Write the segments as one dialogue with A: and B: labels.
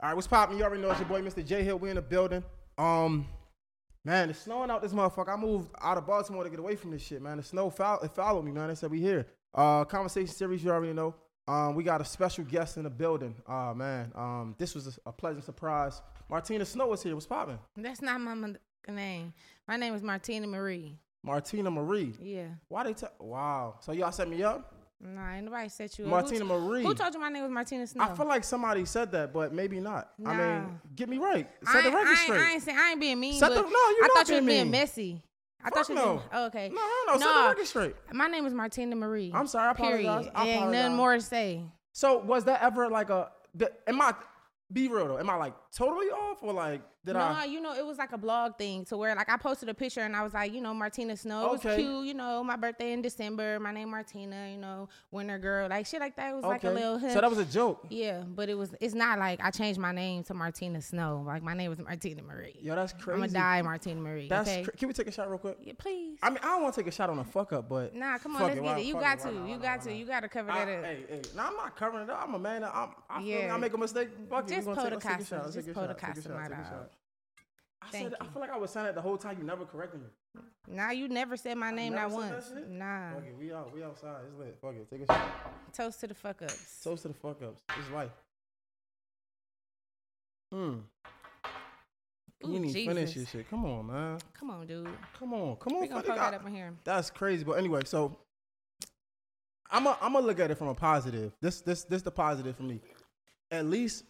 A: All right, what's poppin'? You already know it's your boy, Mr. J Hill. We in the building. Um, man, it's snowing out this motherfucker. I moved out of Baltimore to get away from this shit, man. The snow foul- it followed me, man. They said we here. Uh, conversation series, you already know. Um, we got a special guest in the building. Oh man, um, this was a, a pleasant surprise. Martina Snow is here. What's poppin'?
B: That's not my mother name. My name is Martina Marie.
A: Martina Marie.
B: Yeah.
A: Why they? T- wow. So y'all set me up.
B: Nah, ain't nobody set you up.
A: Martina
B: who,
A: Marie.
B: Who told you my name was Martina Snow?
A: I feel like somebody said that, but maybe not. I mean,
B: Nah.
A: get me right. Set
B: I
A: the
B: ain't-
A: record
B: I ain't-
A: straight.
B: I ain't saying I ain't being mean.
A: Set
B: but
A: the- no, you
B: I
A: not
B: thought you
A: being
B: was being
A: mean.
B: messy. I
A: Fuck
B: thought you was
A: no.
B: being, oh, okay.
A: No, I don't know. Set the
B: Nah.
A: record straight.
B: My name is Martina Marie.
A: I'm sorry, I
B: Period.
A: apologize. I
B: ain't
A: apologize.
B: nothing more to say.
A: So was that ever like a? The, am I? Be real though. Am I like totally off or like did
B: no,
A: I?
B: you know, it was like a blog thing to where like I posted a picture and I was like, you know, Martina Snow. It
A: Okay.
B: was cute, you know, my birthday in December, my name Martina, you know, winter girl, like shit like that. It was like a little
A: so that was a joke.
B: Yeah, but it was it's not like I changed my name to Martina Snow. Like my name was Martina Marie.
A: Yo, that's
B: I'm
A: crazy.
B: gonna die Martina Marie.
A: That's
B: okay?
A: cra- can we take a shot real quick?
B: yeah, please.
A: I mean, I don't want to take a shot on a fuck up, but
B: nah, come on,
A: fuck
B: let's
A: why-
B: get it. You
A: fuck
B: got
A: why
B: to.
A: not,
B: You
A: why
B: got
A: not,
B: to.
A: why
B: You got to cover
A: not? I,
B: that up.
A: hey, hey, nah, I'm not covering it up. I'm a man. I'm, I, feel me,
B: Yeah.
A: I make a mistake. Fuck it.
B: Just
A: We're
B: pull
A: gonna
B: the
A: take, let's take a
B: costume.
A: shot. Let's
B: Just
A: take a
B: pull the
A: shot. Let's take a
B: costume,
A: shot.
B: my
A: Take a
B: dog.
A: shot. I
B: Thank
A: said, I
B: you.
A: feel like I was saying it the whole time. You never corrected me.
B: Nah, you never said my name
A: never
B: not
A: said that
B: once.
A: shit?
B: Nah.
A: Fuck it. We out. We outside. It's lit. Fuck it. Take a shot.
B: Toast to the fuck ups.
A: Toast to the fuck ups. It's life. Hmm. you
B: Ooh,
A: need to finish
B: Jesus.
A: your shit. Come on, man.
B: Come on, dude.
A: Come on. Come on.
B: We gonna
A: fuck it.
B: pull that
A: I-
B: up in here.
A: That's crazy. But anyway, so I'm a, I'm gonna look at it from a positive. This this this the positive for me. At least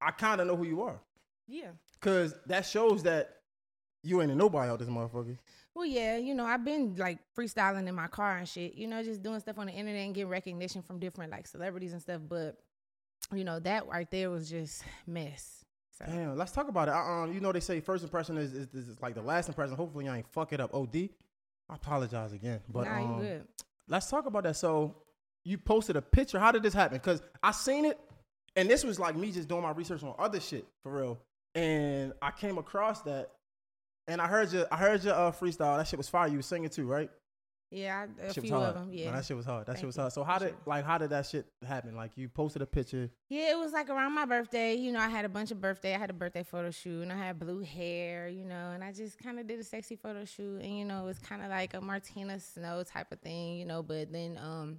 A: I kind of know who you are,
B: Yeah.
A: cause that shows that you ain't a nobody out this motherfucker.
B: Well, yeah, you know, I've been like freestyling in my car and shit, you know, just doing stuff on the internet and getting recognition from different like celebrities and stuff. But, you know, that right there was just mess. So,
A: Damn. Let's talk about it. I, um, you know they say first impression is, is is like the last impression. Hopefully I ain't fuck it up. Od. I apologize again, but
B: nah,
A: um,
B: you good.
A: let's talk about that. So you posted a picture. How did this happen? Because I seen it, and this was like me just doing my research on other shit for real. And I came across that, and I heard your I heard your uh, freestyle. That shit was fire. You was singing too, right?
B: Yeah, I, a
A: Shit was
B: few of
A: hard.
B: them.
A: No,
B: Yeah.
A: that shit was hard. That shit
B: Thank
A: was
B: you.
A: hard. So how
B: That
A: did
B: shit-
A: like how did that shit happen? Like you posted a picture.
B: Yeah, it was like around my birthday. You know, I had a bunch of birthday. I had a birthday photo shoot and I had blue hair, you know, and I just kind of did a sexy photo shoot. And, you know, it was kind of like a Martina Snow type of thing, you know, but then, um,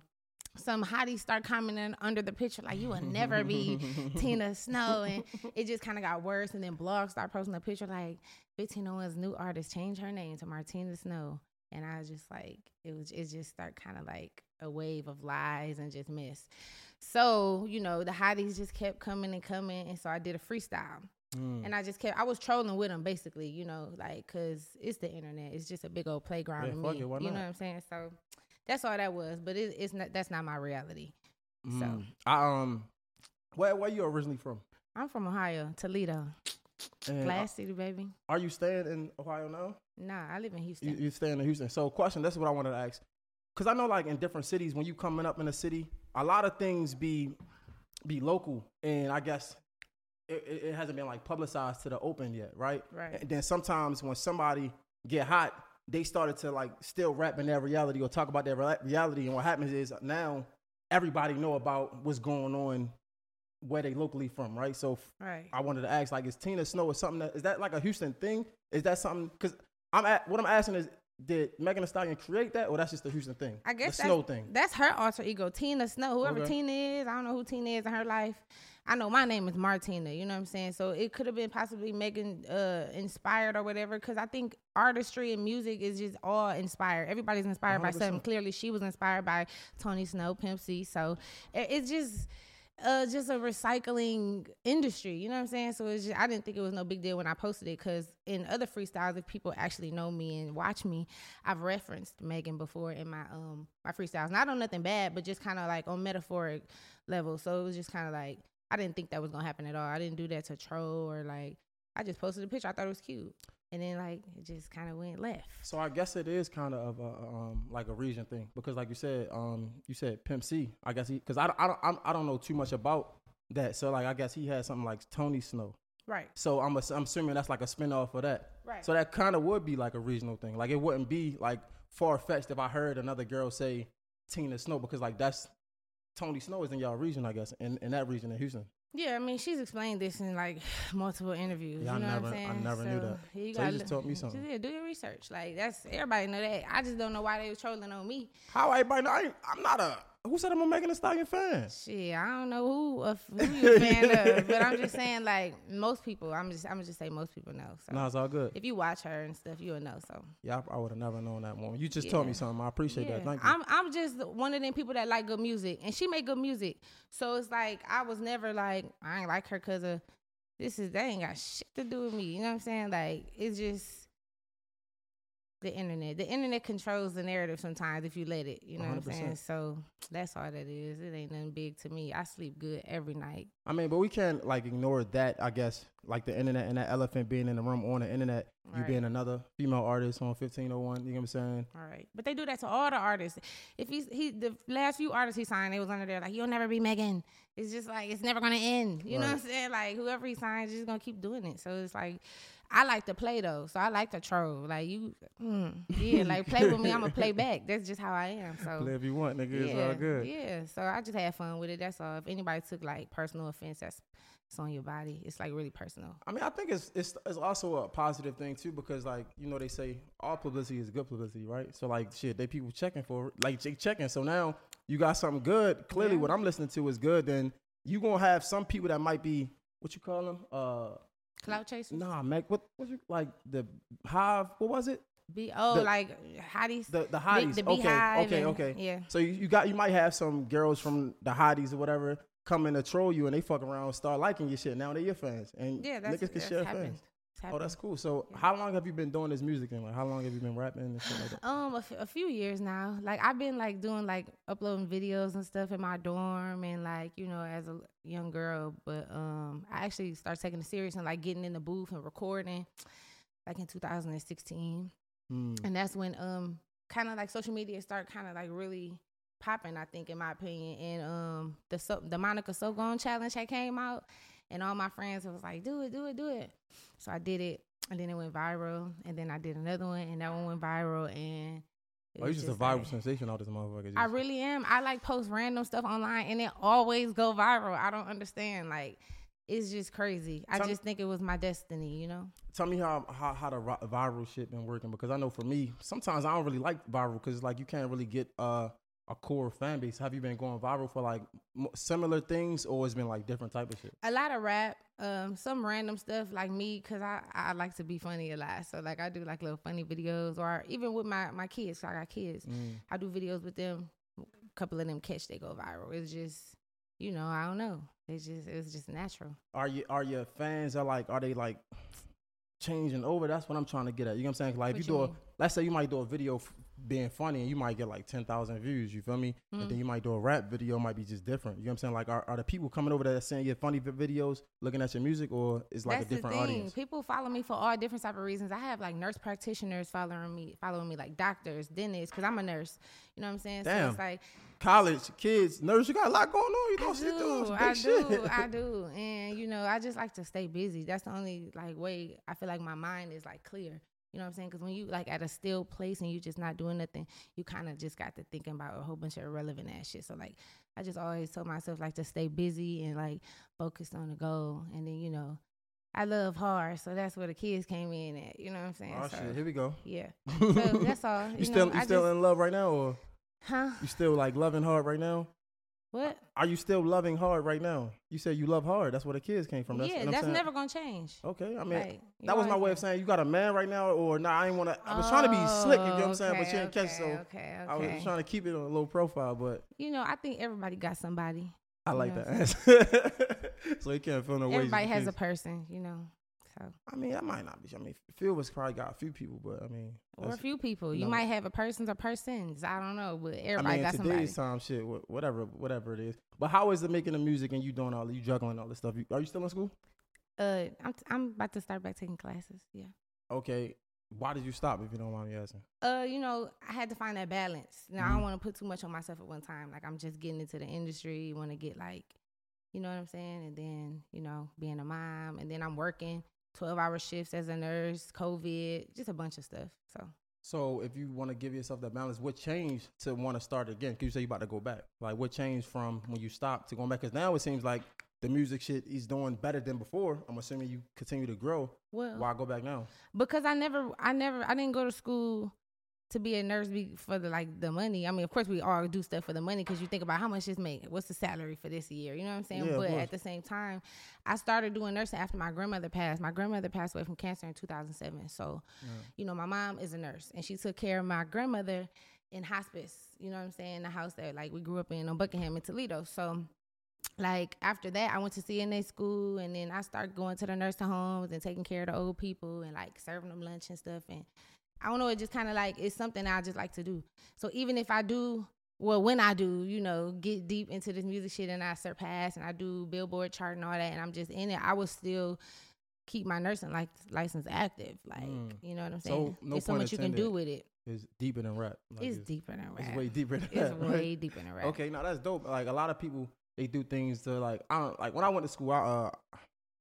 B: some hotties start commenting under the picture like you will never be Tina Snow and it just kind of got worse and then blogs start posting a picture like 1501's new artist changed her name to Martina Snow and I was just like it was it just start kind of like a wave of lies and just mess so you know the hotties just kept coming and coming and so I did a freestyle
A: Mm,
B: and I just kept I was trolling with them basically you know like cause it's the internet it's just a big old playground
A: Yeah,
B: to
A: fuck
B: me
A: it, why
B: you know
A: not?
B: what I'm saying so that's all that was, but it, it's not. That's not my reality.
A: So I um, where where you originally from?
B: I'm from Ohio, Toledo,
A: And
B: Glass City, baby.
A: Are you staying in Ohio now?
B: Nah, I live in Houston.
A: You, you're staying in Houston. So, question. That's what I wanted to ask. Cause I know, like in different cities, when you coming up in a city, a lot of things be be local, and I guess it, it, it hasn't been like publicized to the open yet, right?
B: Right.
A: And then sometimes when somebody get hot, they started to like still rap in their reality or talk about their rea- reality, and what happens is now everybody know about what's going on where they locally from, right? So f-
B: right.
A: I wanted to ask, like, is Tina Snow or something that is that like a Houston thing? Is that something? Because I'm at, what I'm asking is, did Megan Thee Stallion create that, or that's just the Houston thing?
B: I guess
A: the
B: that's,
A: Snow thing.
B: That's her alter ego, Tina Snow. Whoever
A: Okay.
B: Tina is, I don't know who Tina is in her life. I know my name is Martina. You know what I'm saying? So it could have been possibly Megan uh, inspired or whatever. Because I think artistry and music is just all inspired. Everybody's inspired by
A: 100%.
B: something. Clearly, she was inspired by Tony Snow, Pimp C. So it, it's just. Uh, just a recycling industry, you know what I'm saying? So it's just, I didn't think it was no big deal when I posted it because in other freestyles, if people actually know me and watch me, I've referenced Megan before in my um my freestyles. Not on nothing bad, but just kind of like on metaphoric level. So it was just kind of like I didn't think that was gonna happen at all. I didn't do that to troll or like. I just posted a picture. I thought it was cute, and then like it just kind of went left.
A: So I guess it is kind of a, um, like a region thing because, like you said, um, you said Pimp C. I guess he because I, don't- I don't I'm- I don't know too much about that. So like I guess he had something like Tony Snow.
B: Right.
A: So I'm ass- I'm assuming that's like a spinoff of that.
B: Right.
A: So that kind of would be like a regional thing. Like it wouldn't be like far fetched if I heard another girl say Tina Snow because like that's Tony Snow is in y'all region, I guess, in, in that region in Houston.
B: Yeah, I mean, she's explained this in like multiple interviews.
A: Yeah, I
B: you know
A: never-
B: what
A: I
B: I'm saying?
A: never knew that.
B: yeah,
A: So you
B: gotta
A: just
B: look-
A: taught me something.
B: Yeah, do your research. Like that's everybody know that. I just don't know why they were trolling on me.
A: How everybody? know? I ain't, I'm not a. Who said I'm a Megan Thee Stallion fan?
B: Shit, I don't know who a, f- who you a fan of, but I'm just saying like most people. I'm just I'm just say most people know. So
A: Nah, it's all good.
B: if you watch her and stuff, you'll know. So
A: Yeah, I, I would have never known that one. You just told me
B: Yeah.
A: something. I appreciate that. Thank you.
B: I'm I'm just one of them people that like good music, and she make good music. So it's like I was never like I ain't like her because of this is they ain't got shit to do with me. You know what I'm saying? Like it's just the internet. The internet controls the narrative sometimes if you let it. You know what I'm
A: 100%.
B: saying? So that's all that is. It ain't nothing big to me. I sleep good every night.
A: I mean, but we can't like ignore that. I guess like the internet and that elephant being in the room on the internet. You
B: Right.
A: being another female artist on 1501. You know what I'm saying?
B: All right, but they do that to all the artists. If he's he the last few artists he signed, they was under there like you'll never be Megan. It's just like it's never gonna end. You know what I'm saying? Like whoever he signs, just gonna keep doing it. So it's like I like to play though, so I like to troll. Like you, mm, yeah, like play with me, I'm gonna play back. That's just how I am. So
A: Play if you want, nigga.
B: yeah,
A: It's all good.
B: yeah. So I just had fun with it. That's all. If anybody took like personal offense, that's it's on your body. It's like really personal.
A: I mean, I think it's, it's it's also a positive thing too because like you know they say all publicity is good publicity, right? So like shit, they people checking for it, like they checking. So now you got something good. Clearly,
B: Yeah.
A: what I'm listening to is good. Then you gonna have some people that might be what you call them. Uh,
B: Cloud chasers.
A: nah, Mac. What was you like the hive? What was it?
B: Be oh
A: The-
B: like hotties.
A: The the hotties.
B: the
A: okay,
B: Beehive
A: okay,
B: and-
A: okay.
B: yeah.
A: So you, you got you might have some girls from the hotties or whatever come in to troll you and they fuck around, start liking your shit. Now they your fans and
B: yeah, that's,
A: niggas can
B: that's
A: share
B: happened.
A: fans.
B: It's
A: Oh,
B: happened.
A: that's cool. So, how long have you been doing this music thing? Like, how long have you been rapping and shit like that?
B: Um, a, f- a few years now. Like I've been like doing like uploading videos and stuff in my dorm, and like you know as a young girl. But um, I actually started taking it serious and like getting in the booth and recording, like in 2016,
A: Hmm.
B: and that's when um, kind of like social media start kind of like really popping. I think in my opinion, and um, the so- the Monica So Gone challenge had came out, and all my friends was like, do it, do it, do it. So I did it, and then it went viral, and then I did another one, and that one went viral, and it
A: Oh, you
B: was
A: just a viral
B: like-
A: sensation out this motherfucker.
B: I
A: Just-
B: really am. I like post random stuff online, and it always go viral. I don't understand. Like, it's just crazy. I
A: Tell-
B: just think it was my destiny, you know.
A: Tell me how how, how the ro- viral shit been working because I know for me, sometimes I don't really like viral because like you can't really get uh, a core fan base. Have you been going viral for like m- similar things or it's been like different type of shit?
B: a lot of rap, um, some random stuff like me, cause I, I like to be funny a lot. So like I do like little funny videos, or even with my my kids. 'cause I got kids.
A: Hmm.
B: I do videos with them. A couple of them catch, they go viral. It's just, you know, I don't know. It's just it's just natural.
A: Are you are your fans are like are they like changing over? That's what I'm trying to get at. You know what I'm saying? Like if you,
B: What
A: do
B: you
A: a,
B: mean?
A: let's say you might do a video f- being funny and you might get like 10,000 views, you feel me? And
B: Mm.
A: then you might do a rap video might be just different. You know what I'm saying? Like are, are the people coming over there saying your funny vi- videos, looking at your music or is like
B: That's
A: a different
B: the thing.
A: audience?
B: People follow me for all different type of reasons. I have like nurse practitioners following me, following me like doctors, dentists, cause I'm a nurse. You know what I'm saying? So
A: Damn.
B: it's like
A: College, kids, nerds, you got a lot going on. You
B: I
A: don't see dudes.
B: do,
A: Big
B: I
A: shit.
B: do, I do, and you know, I just like to stay busy. That's the only like way I feel like my mind is like clear. You know what I'm saying? Because when you like at a still place and you just not doing nothing, you kind of just got to thinking about a whole bunch of irrelevant ass shit. So like, I just always told myself like to stay busy and like focused on the goal, and then you know, I love hard, so that's where the kids came in at. You know what I'm saying?
A: Oh
B: so,
A: shit, here we go.
B: Yeah. So that's all.
A: You,
B: know,
A: still you
B: I
A: still
B: just-
A: in love right now or
B: Huh?
A: you still like loving hard right now?
B: What?
A: Are you still loving hard right now? You said you love hard. That's where the kids came from. That's,
B: yeah,
A: and I'm
B: that's
A: saying-
B: never gonna change.
A: Okay, I mean,
B: Like, you
A: that was my
B: always
A: way of saying you got a man right now, or nah, I ain't want to. I was trying to be slick, you know what I'm saying, but
B: Oh, okay,
A: she didn't catch. So
B: okay, Okay,
A: I
B: okay.
A: was trying to keep it on a low profile, but
B: you know, I think everybody got somebody.
A: I
B: You
A: like
B: know what
A: that answer. so he can't feel no ways.
B: Everybody
A: with
B: has a
A: kids.
B: person, you know. So
A: I mean, that might not be. I mean, Fieldwood's probably got a few people, but I mean,
B: or a
A: that's-
B: few people. You
A: no.
B: might have a persons or persons. I don't know, but
A: I
B: everybody
A: mean,
B: got somebody.
A: today's time, shit, wh- whatever, whatever it is. But how is it making the music and you doing all you juggling all this stuff? You, are you still in school?
B: Uh, I'm t- I'm about to start back taking classes. Yeah.
A: Okay, why did you stop? If you don't mind me asking.
B: Uh, you know, I had to find that balance. Now I
A: Mhm.
B: don't want to put too much on myself at one time. Like I'm just getting into the industry. Want to get like, you know what I'm saying? And then you know, being a mom, and then I'm working twelve hour shifts as a nurse. COVID, just a bunch of stuff. So
A: So, if you want to give yourself that balance, what changed to want to start again? Because you say you about to go back. Like, what changed from when you stopped to going back? Because now it seems like the music shit is doing better than before. I'm assuming you continue to grow.
B: well,
A: Why go back now?
B: because I never, I never, I didn't go to school to be a nurse be for the like the money. I mean, of course, we all do stuff for the money because you think about how much this make, what's the salary for this year, you know what I'm saying?
A: Yeah, of
B: but
A: course.
B: at the same time, I started doing nursing after my grandmother passed. My grandmother passed away from cancer in 2007, so you know, my mom is a nurse and she took care of my grandmother in hospice, you know what I'm saying? The house that like we grew up in on Buckingham in Toledo. So like after that I went to CNA school and then I started going to the nursing homes and taking care of the old people and like serving them lunch and stuff and I don't know, it just kinda like it's something I just like to do. So even if I do well, when I do, you know, get deep into this music shit and I surpass and I do billboard chart and all that and I'm just in it, I will still keep my nursing like license active. Like,
A: Mm.
B: you know what I'm
A: So,
B: saying?
A: no
B: There's so
A: pun
B: much you can do
A: intended.
B: with it.
A: It's deeper than rap. Like,
B: It's deeper than rap.
A: It's way deeper than
B: It's
A: rap. right?
B: way deeper than rap.
A: Okay, now that's dope. Like a lot of people, they do things to like I don't like when I went to school. I uh,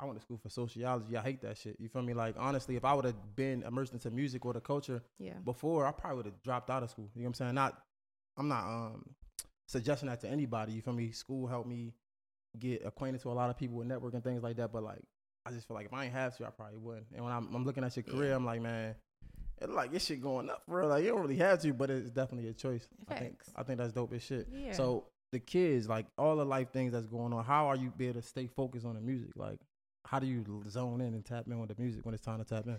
A: I went to school for sociology. I hate that shit. You feel me? Like honestly, if I would have been immersed into music or the culture
B: Yeah.
A: before, I probably would have dropped out of school. You know what I'm saying? Not, I'm not um suggesting that to anybody. You feel me? School helped me get acquainted to a lot of people and network and things like that. But like, I just feel like if I ain't have to, I probably wouldn't. And when I'm, I'm looking at your career, I'm like, man. It look like this shit going up for real. Like you don't really have to, but it's definitely a choice. I think
B: Facts.
A: I think that's dope as shit.
B: Yeah.
A: So the kids, like all the life things that's going on, how are you be able to stay focused on the music? Like, how do you zone in and tap in with the music when it's time to tap in?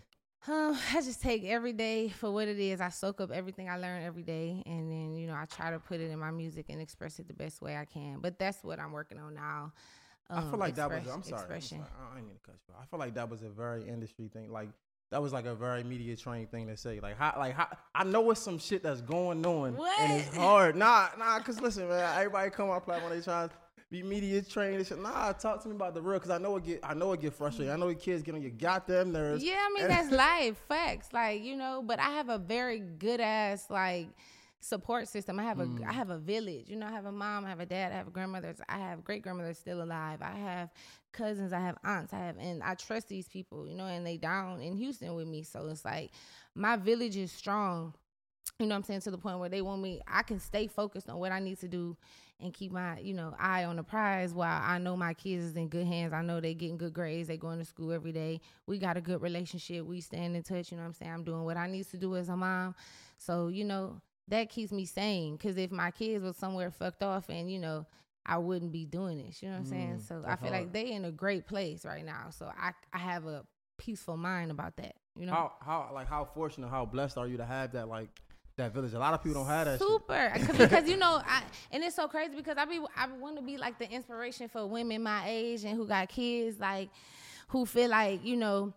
B: Um, I just take every day for what it is. I soak up everything I learn every day, and then you know I try to put it in my music and express it the best way I can. But that's what I'm working on now.
A: I feel like that was.
B: Um, express-
A: I'm sorry. I'm
B: Expression.
A: sorry. I I didn't mean to cut you. off. I feel like that was a very industry thing. Like that was like a very media trained thing to say. Like how? Like how? I know it's some shit that's going on, and it's
B: What?
A: hard. Nah, nah. Cause listen, man. Everybody come on platform. They try to be media trained. And shit. Nah, talk to me about the real. Cause I know it get. I know it get frustrating. I know the kids get on your goddamn nerves.
B: Yeah, I mean
A: and-
B: that's life facts, like you know. But I have a very good ass like support system. I have
A: Hmm.
B: a I have a village. You know, I have a mom, I have a dad, I have grandmothers, I have great grandmothers still alive. I have cousins, I have aunts, I have, and I trust these people. You know, and they down in Houston with me, so it's like my village is strong. You know what I'm saying? To the point where they want me, I can stay focused on what I need to do and keep my, you know, eye on the prize while I know my kids is in good hands. I know they getting good grades. They going to school every day. We got a good relationship. We staying in touch. You know what I'm saying? I'm doing what I need to do as a mom. So, you know, that keeps me sane. Cause if my kids was somewhere fucked off and, you know, I wouldn't be doing this. You know what I'm saying?
A: Mm,
B: So I
A: that's
B: feel
A: hard.
B: like they in a great place right now. So I I have a peaceful mind about that. You know?
A: How how like how fortunate, how blessed are you to have that like that village? A lot of people don't have that. shit.
B: Super, 'Cause- because you know, I, and it's so crazy because I be I want to be like the inspiration for women my age and who got kids, like who feel like you know,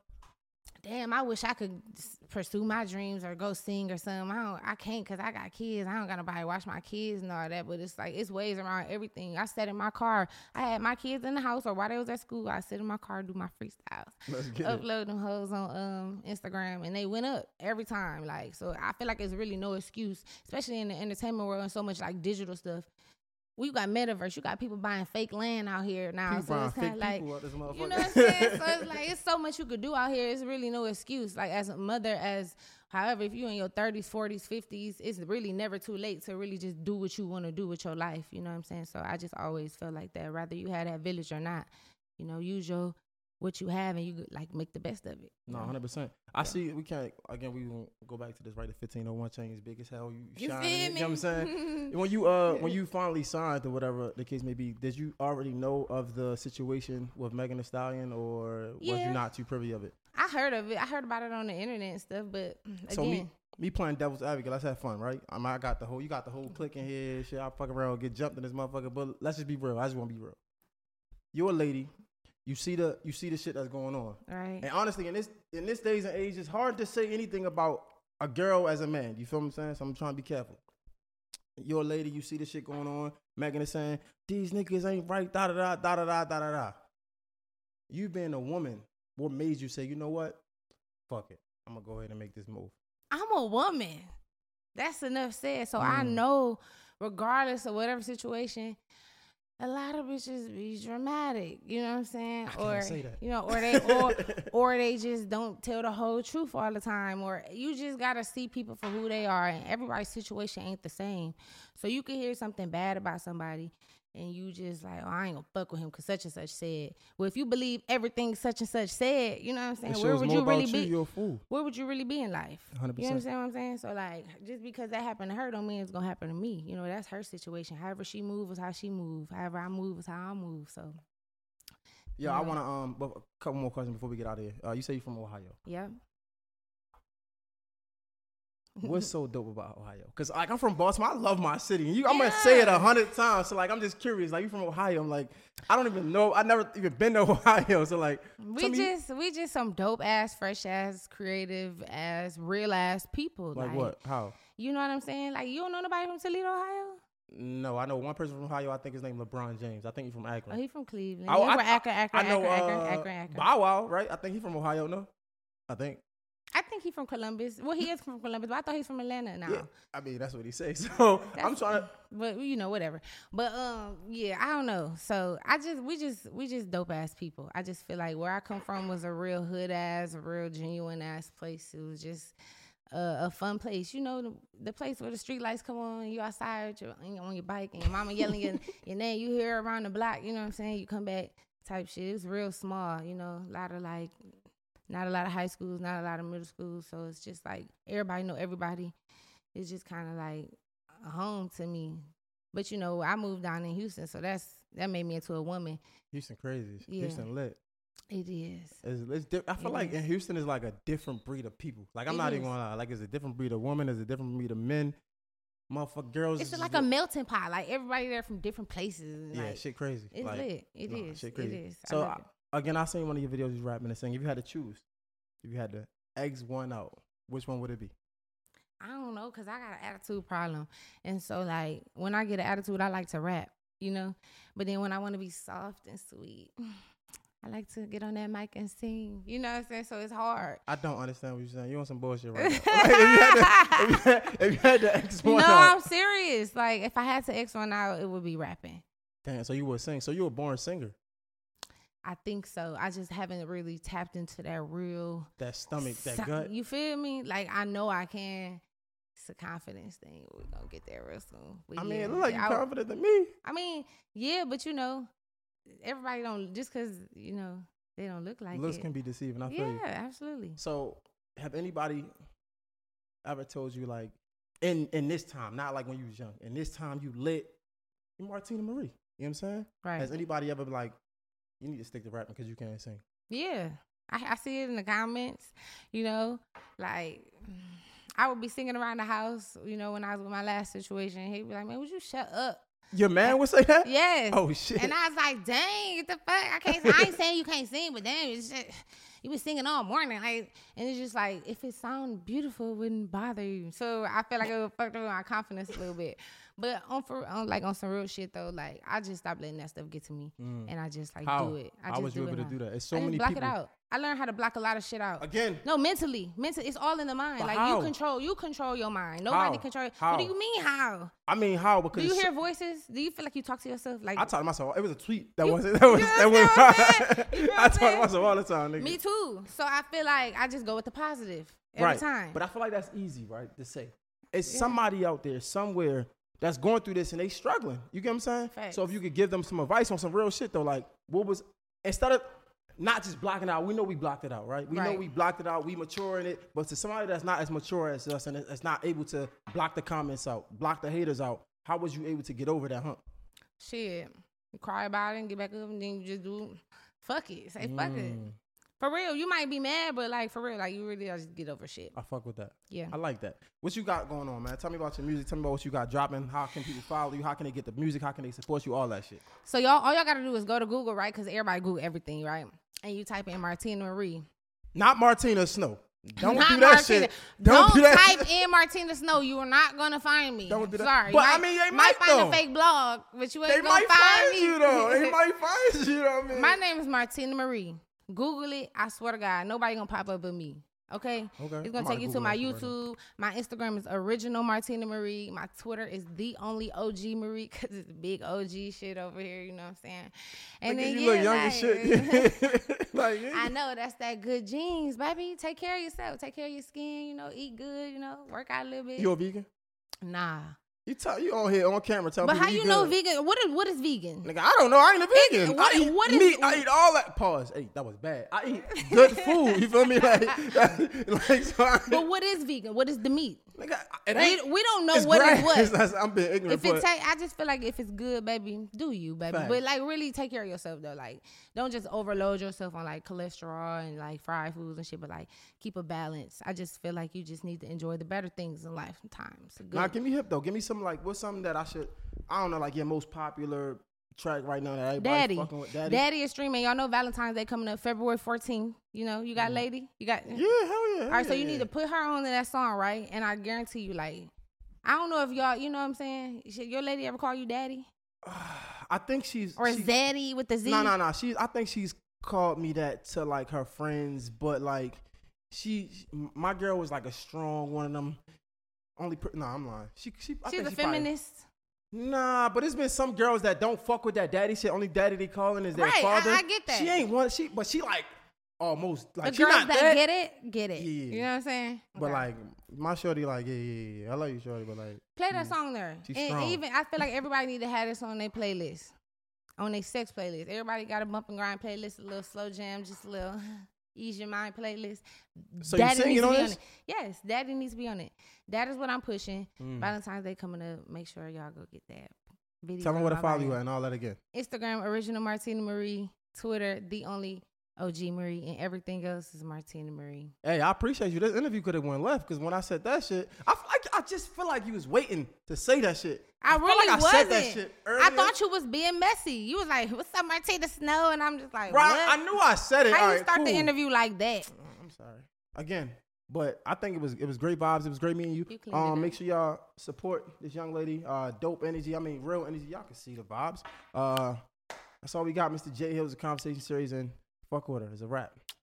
B: damn, I wish I could s- pursue my dreams or go sing or something. I don't, I can't because I got kids. I don't got nobody to watch my kids and all that. But it's like it's ways around everything. I sat in my car. I had my kids in the house or while they was at school, I sit in my car do my freestyles
A: Let's get it.
B: upload them hoes on um Instagram and they went up every time. Like so I feel like it's really no excuse, especially in the entertainment world and so much like digital stuff. We got metaverse, you got people buying fake land out here now.
A: People
B: so
A: buying
B: it's kinda
A: fake
B: like
A: people out this
B: you
A: motherfucker.
B: know what I'm saying? So it's like it's so much you could do out here. It's really no excuse. Like as a mother, as however, if you in your 30s, 40s, 50s, it's really never too late to really just do what you want to do with your life. You know what I'm saying? So I just always felt like that. Whether you had that village or not, you know, use your what you have and you like make the best of it. you
A: No,
B: know?
A: hundred percent. I see. We can't again. We won't go back to this. Right, the fifteen oh one chain is big as hell. You,
B: You
A: shining,
B: feel
A: You know what I'm saying?
B: me?
A: when you uh when you finally signed or whatever the case may be, did you already know of the situation with Megan Thee Stallion, or was
B: Yeah.
A: you not too privy of it?
B: I heard of it. I heard about it on the internet and stuff, but again,
A: So me, me playing devil's advocate, let's have fun, right? I'm, I got the whole, you got the whole click in here, shit. I fuck around, get jumped in this motherfucker. But let's just be real. I just want to be real. You're a lady. You see the you see the shit that's going on.
B: right?
A: And honestly, in this in this days and age, it's hard to say anything about a girl as a man. You feel what I'm saying? So I'm trying to be careful. You're a lady, you see this shit going on. Megan is saying, these niggas ain't right, da da da da da da da da da. You being a woman, what made you say, you know what? Fuck it. I'm gonna go ahead and make this move.
B: I'm a woman. That's enough said. So
A: Mm.
B: I know, regardless of whatever situation, a lot of bitches be dramatic. You know what I'm saying?
A: I can't
B: or
A: say that.
B: you know, or they or or they just don't tell the whole truth all the time. Or you just gotta see people for who they are, and everybody's situation ain't the same. So you can hear something bad about somebody. And you just like, oh, I ain't gonna fuck with him because such and such said. Well, if you believe everything such and such said, you know what I'm saying?
A: It
B: Where
A: shows
B: would
A: more
B: you really
A: about
B: be?
A: You're a fool.
B: where would you really be in life?
A: 100%.
B: You understand what I'm saying? So like, just because that happened to her, don't mean it's gonna happen to me. You know, that's her situation. However she move is how she move. However I move is how I move. So
A: Yeah, I
B: Yeah.
A: wanna um but a couple more questions before we get out of here. Uh, you say you're from Ohio.
B: yeah.
A: What's so dope about Ohio? Cause like I'm from Boston, I love my city. You, I'm gonna say it a
B: Yeah.
A: hundred times. So like I'm just curious. Like you from Ohio? I'm like I don't even know. I never even been to Ohio. So like tell
B: We
A: me-
B: just we just some dope ass, fresh ass, creative ass, real ass people.
A: like what? How?
B: You know what I'm saying? Like you don't know nobody from Toledo, Ohio?
A: No, I know one person from Ohio. I think his name LeBron James. I think he's from
B: Oh,
A: Akron.
B: he from Cleveland.
A: Oh,
B: Oh, I, Akron, Akron,
A: I know
B: Akron, Akron,
A: uh,
B: Akron, Akron.
A: Bow Wow, right? I think he's from Ohio. No, I think.
B: I think he from Columbus. Well, he is from Columbus, but I thought he's from Atlanta now.
A: Yeah. I mean, that's what he says. So I'm
B: That's-
A: trying to.
B: but you know whatever but um yeah i don't know so i just we just we just dope ass people i just feel like where i come from was a real hood ass a real genuine ass place it was just uh, a fun place you know the, the place where the street lights come on and you outside with your, and you on your bike and your mama yelling your, your name you hear around the block you know what i'm saying you come back type shit it was real small you know a lot of like not a lot of high schools not a lot of middle schools so it's just like everybody know everybody it's just kind of like a home to me. But you know, I moved down in Houston, so that's that made me into a woman.
A: Houston crazy.
B: Yeah.
A: Houston lit.
B: It is.
A: It's, it's di- I feel
B: It
A: like
B: is.
A: in Houston is like a different breed of people. Like I'm
B: It
A: not even
B: is.
A: gonna lie. Like it's a different breed of woman. It's a different breed of men. Motherfucker, girls.
B: It's
A: is
B: like
A: just-
B: a melting pot. Like everybody there from different places.
A: yeah,
B: like,
A: shit crazy.
B: It's
A: like,
B: lit. It is.
A: nah, Shit crazy.
B: It is. I
A: So
B: love
A: I- again, I seen one of your videos you rapping and saying if you had to choose, if you had to X one out, which one would it be?
B: I don't know, cause I got an attitude problem, and so like when I get an attitude, I like to rap, you know. But then when I want to be soft and sweet, I like to get on that mic and sing. You know what I'm saying? So it's hard.
A: I don't understand what you're saying. You on some bullshit right now. Like, if, you had to, if you had to X
B: No,
A: one
B: I'm
A: out,
B: serious. Like if I had to X one out, it would be rapping.
A: damn. So you would sing. So you were a born singer.
B: I think so. I just haven't really tapped into that real
A: That stomach, that
B: So-
A: gut.
B: You feel me? Like I know I can. It's a confidence thing. We're gonna get there real soon. But
A: I mean,
B: yeah,
A: it look like you're
B: I,
A: confident than me.
B: I mean, yeah, but you know, everybody don't just because you know they don't look like
A: Looks
B: it.
A: can be deceiving. I feel
B: yeah,
A: you.
B: absolutely.
A: So, have anybody ever told you like in in this time, not like when you was young, in this time you lit you Martina Marie? You know what I'm saying?
B: Right.
A: Has anybody ever been like, you need to stick to rapping because you can't sing?
B: Yeah. I, I see it in the comments, you know, like I would be singing around the house, you know, when I was with my last situation. He'd be like, man, would you shut up?
A: Your man would say that.
B: Yes.
A: Oh shit.
B: And I was like, dang, what the fuck? I can't. I ain't saying you can't sing, but damn, it's just, you been singing all morning. Like, and it's just like, if it sound beautiful, it wouldn't bother you. So I feel like it would fuck with my confidence a little bit. But on for on like on some real shit though, like I just stopped letting that stuff get to me, and I just like
A: Mm. How?
B: do it. I
A: How
B: just
A: was you
B: it
A: able to
B: now.
A: do that? It's so
B: I just
A: many
B: block
A: people-
B: it out. I learned how to block a lot of shit out.
A: Again.
B: No, mentally, mental. It's all in the mind.
A: But
B: like
A: how?
B: you control, you control your mind. Nobody
A: How?
B: control.
A: How?
B: What do you mean how?
A: I mean, how?
B: Do
A: Because
B: you
A: it's-
B: hear voices? Do you feel like you talk to yourself? Like
A: I taught myself. It was a tweet that
B: You-
A: was that was
B: you
A: that
B: know
A: went.
B: what I'm saying? You know what
A: I
B: I'm
A: taught
B: saying?
A: myself all the time, nigga.
B: Me too. So I feel like I just go with the positive every
A: right.
B: time.
A: But I feel like that's easy, right, to say. It's somebody out there somewhere that's going through this and they struggling. You get what I'm saying? So if
B: Facts.
A: you could give them some advice on some real shit though, like what was instead of not just blocking out, we know we blocked it out, right? We know
B: Right.
A: we blocked it out, we mature in it, but to somebody that's not as mature as us and that's not able to block the comments out, block the haters out, how was you able to get over that hump? Mm.
B: Shit, you cry about it and get back up, and then you just do. Fuck it. Say fuck it. For real, you might be mad, but like for real, like you really gotta just get over shit.
A: I fuck with that.
B: Yeah.
A: I like that. What you got going on, man? Tell me about your music. Tell me about what you got dropping. How can people follow you? How can they get the music? How can they support you? All that shit.
B: So y'all, all y'all gotta do is go to Google, right? Because everybody Google everything, right? And you type in Martina Marie.
A: Not Martina Snow. Don't
B: Not
A: do that
B: Martina.
A: shit.
B: Don't,
A: do that.
B: type
A: shit.
B: in Martina Snow. You are not gonna find me.
A: Don't do that.
B: Sorry.
A: But,
B: You
A: I mean, they might,
B: find
A: though.
B: a fake blog, but you ain't
A: They
B: gonna
A: might
B: find,
A: find
B: me.
A: you though. They might find you. You know what I mean?
B: My name is Martina Marie. Google it. I swear to God, nobody gonna pop up but me. Okay.
A: Okay.
B: It's
A: I'm
B: gonna
A: about
B: take
A: to
B: you to
A: Google
B: my
A: that right now.
B: YouTube. My Instagram is original Martina Marie. My Twitter is the only OG Marie because it's big OG shit over here. You know what I'm saying? And
A: Nigga, you
B: yeah,
A: look young as
B: like-
A: shit. like, yeah.
B: I know that's that good genes, baby. Take care of yourself. Take care of your skin. You know, eat good. You know, work out a little bit.
A: you a vegan?
B: nah.
A: You tell you on here on camera. Tell
B: But
A: me
B: how
A: you
B: you know
A: good.
B: vegan? What is what is vegan?
A: Nigga, I don't know. I ain't a vegan.
B: what-
A: I eat
B: what is-
A: meat. I eat all that. Pause. Hey, that was bad. I eat good food. You feel me? Like, like so I,
B: But what is vegan? What is the meat?
A: nigga, it
B: We,
A: ain't.
B: we don't know
A: it's
B: what
A: grass.
B: is what.
A: That's- I'm being ignorant.
B: if it
A: but-
B: take, I just feel like if it's good, baby, do you, baby.
A: Facts.
B: But like, really take care of yourself though. Like, don't just overload yourself on like cholesterol and like fried foods and shit. But like, keep a balance. I just feel like you just need to enjoy the better things in life. Times good.
A: Nah, give me hip though. Give me some like what's something that I should I don't know, like your most popular track right now that everybody's
B: Daddy.
A: fucking with Daddy.
B: Daddy. is streaming. Y'all know Valentine's Day coming up February 14th. You know, you got Lady. You got.
A: Mm-hmm. Yeah, hell yeah.
B: All right, so you need to put her on to that song, right? And I guarantee you, like, I don't know if y'all, you know what I'm saying? Should your lady ever call you daddy?
A: I think she's
B: Or
A: she-
B: Zaddy with the Z?
A: No, no, no. She I think she's called me that to like her friends, but like she my girl was like a strong one of them. Only per- nah, I'm lying. She she I
B: She's
A: think
B: a
A: she probably-
B: feminist.
A: Nah, but it's been some girls that don't fuck with that daddy shit. Only daddy they calling is their
B: Right, I-
A: father.
B: I get that.
A: She ain't one. She but she like almost like
B: the
A: she
B: girls
A: not
B: that,
A: that
B: get it, get it.
A: Yeah.
B: You know what I'm saying?
A: But
B: Okay.
A: like my shorty, like yeah, yeah, yeah. I love you, shorty, but like
B: play that song there.
A: mm, She's
B: and
A: strong.
B: even I feel like everybody need to have this on their playlist, on their sex playlist. Everybody got a bump and grind playlist, a little slow jam, just a little ease your mind playlist.
A: So you singing
B: needs to
A: on
B: be
A: this?
B: it. Yes, daddy needs to be on it. That is what I'm pushing.
A: Mm.
B: Valentine's Day coming up. uh, Make sure y'all go get that video.
A: tell me
B: in
A: where to
B: my
A: follow
B: bio.
A: you at and all that again.
B: Instagram original Martina Marie. Twitter the only OG Marie, and everything else is Martina Marie.
A: Hey, I appreciate you. This interview could have went left because when I said that shit, I feel like I just feel like you was waiting to say that shit.
B: I
A: feel
B: really
A: like I
B: wasn't.
A: said that shit
B: I
A: earlier.
B: thought you was being messy. You was like, "What's up, Martina Snow?" And I'm just like,
A: Bro, I, I
B: "What?"
A: knew I said it.
B: How
A: All
B: you
A: right,
B: start the
A: cool.
B: interview like that?
A: I'm sorry again, but I think it was it was great vibes. It was great meeting you.
B: You cleaned it up.
A: um, make sure y'all support this young lady. Uh, dope energy. I mean, real energy. Y'all can see the vibes. Uh, that's all we got. Mr. J Hill's a conversation series and fuck with her. It's a wrap.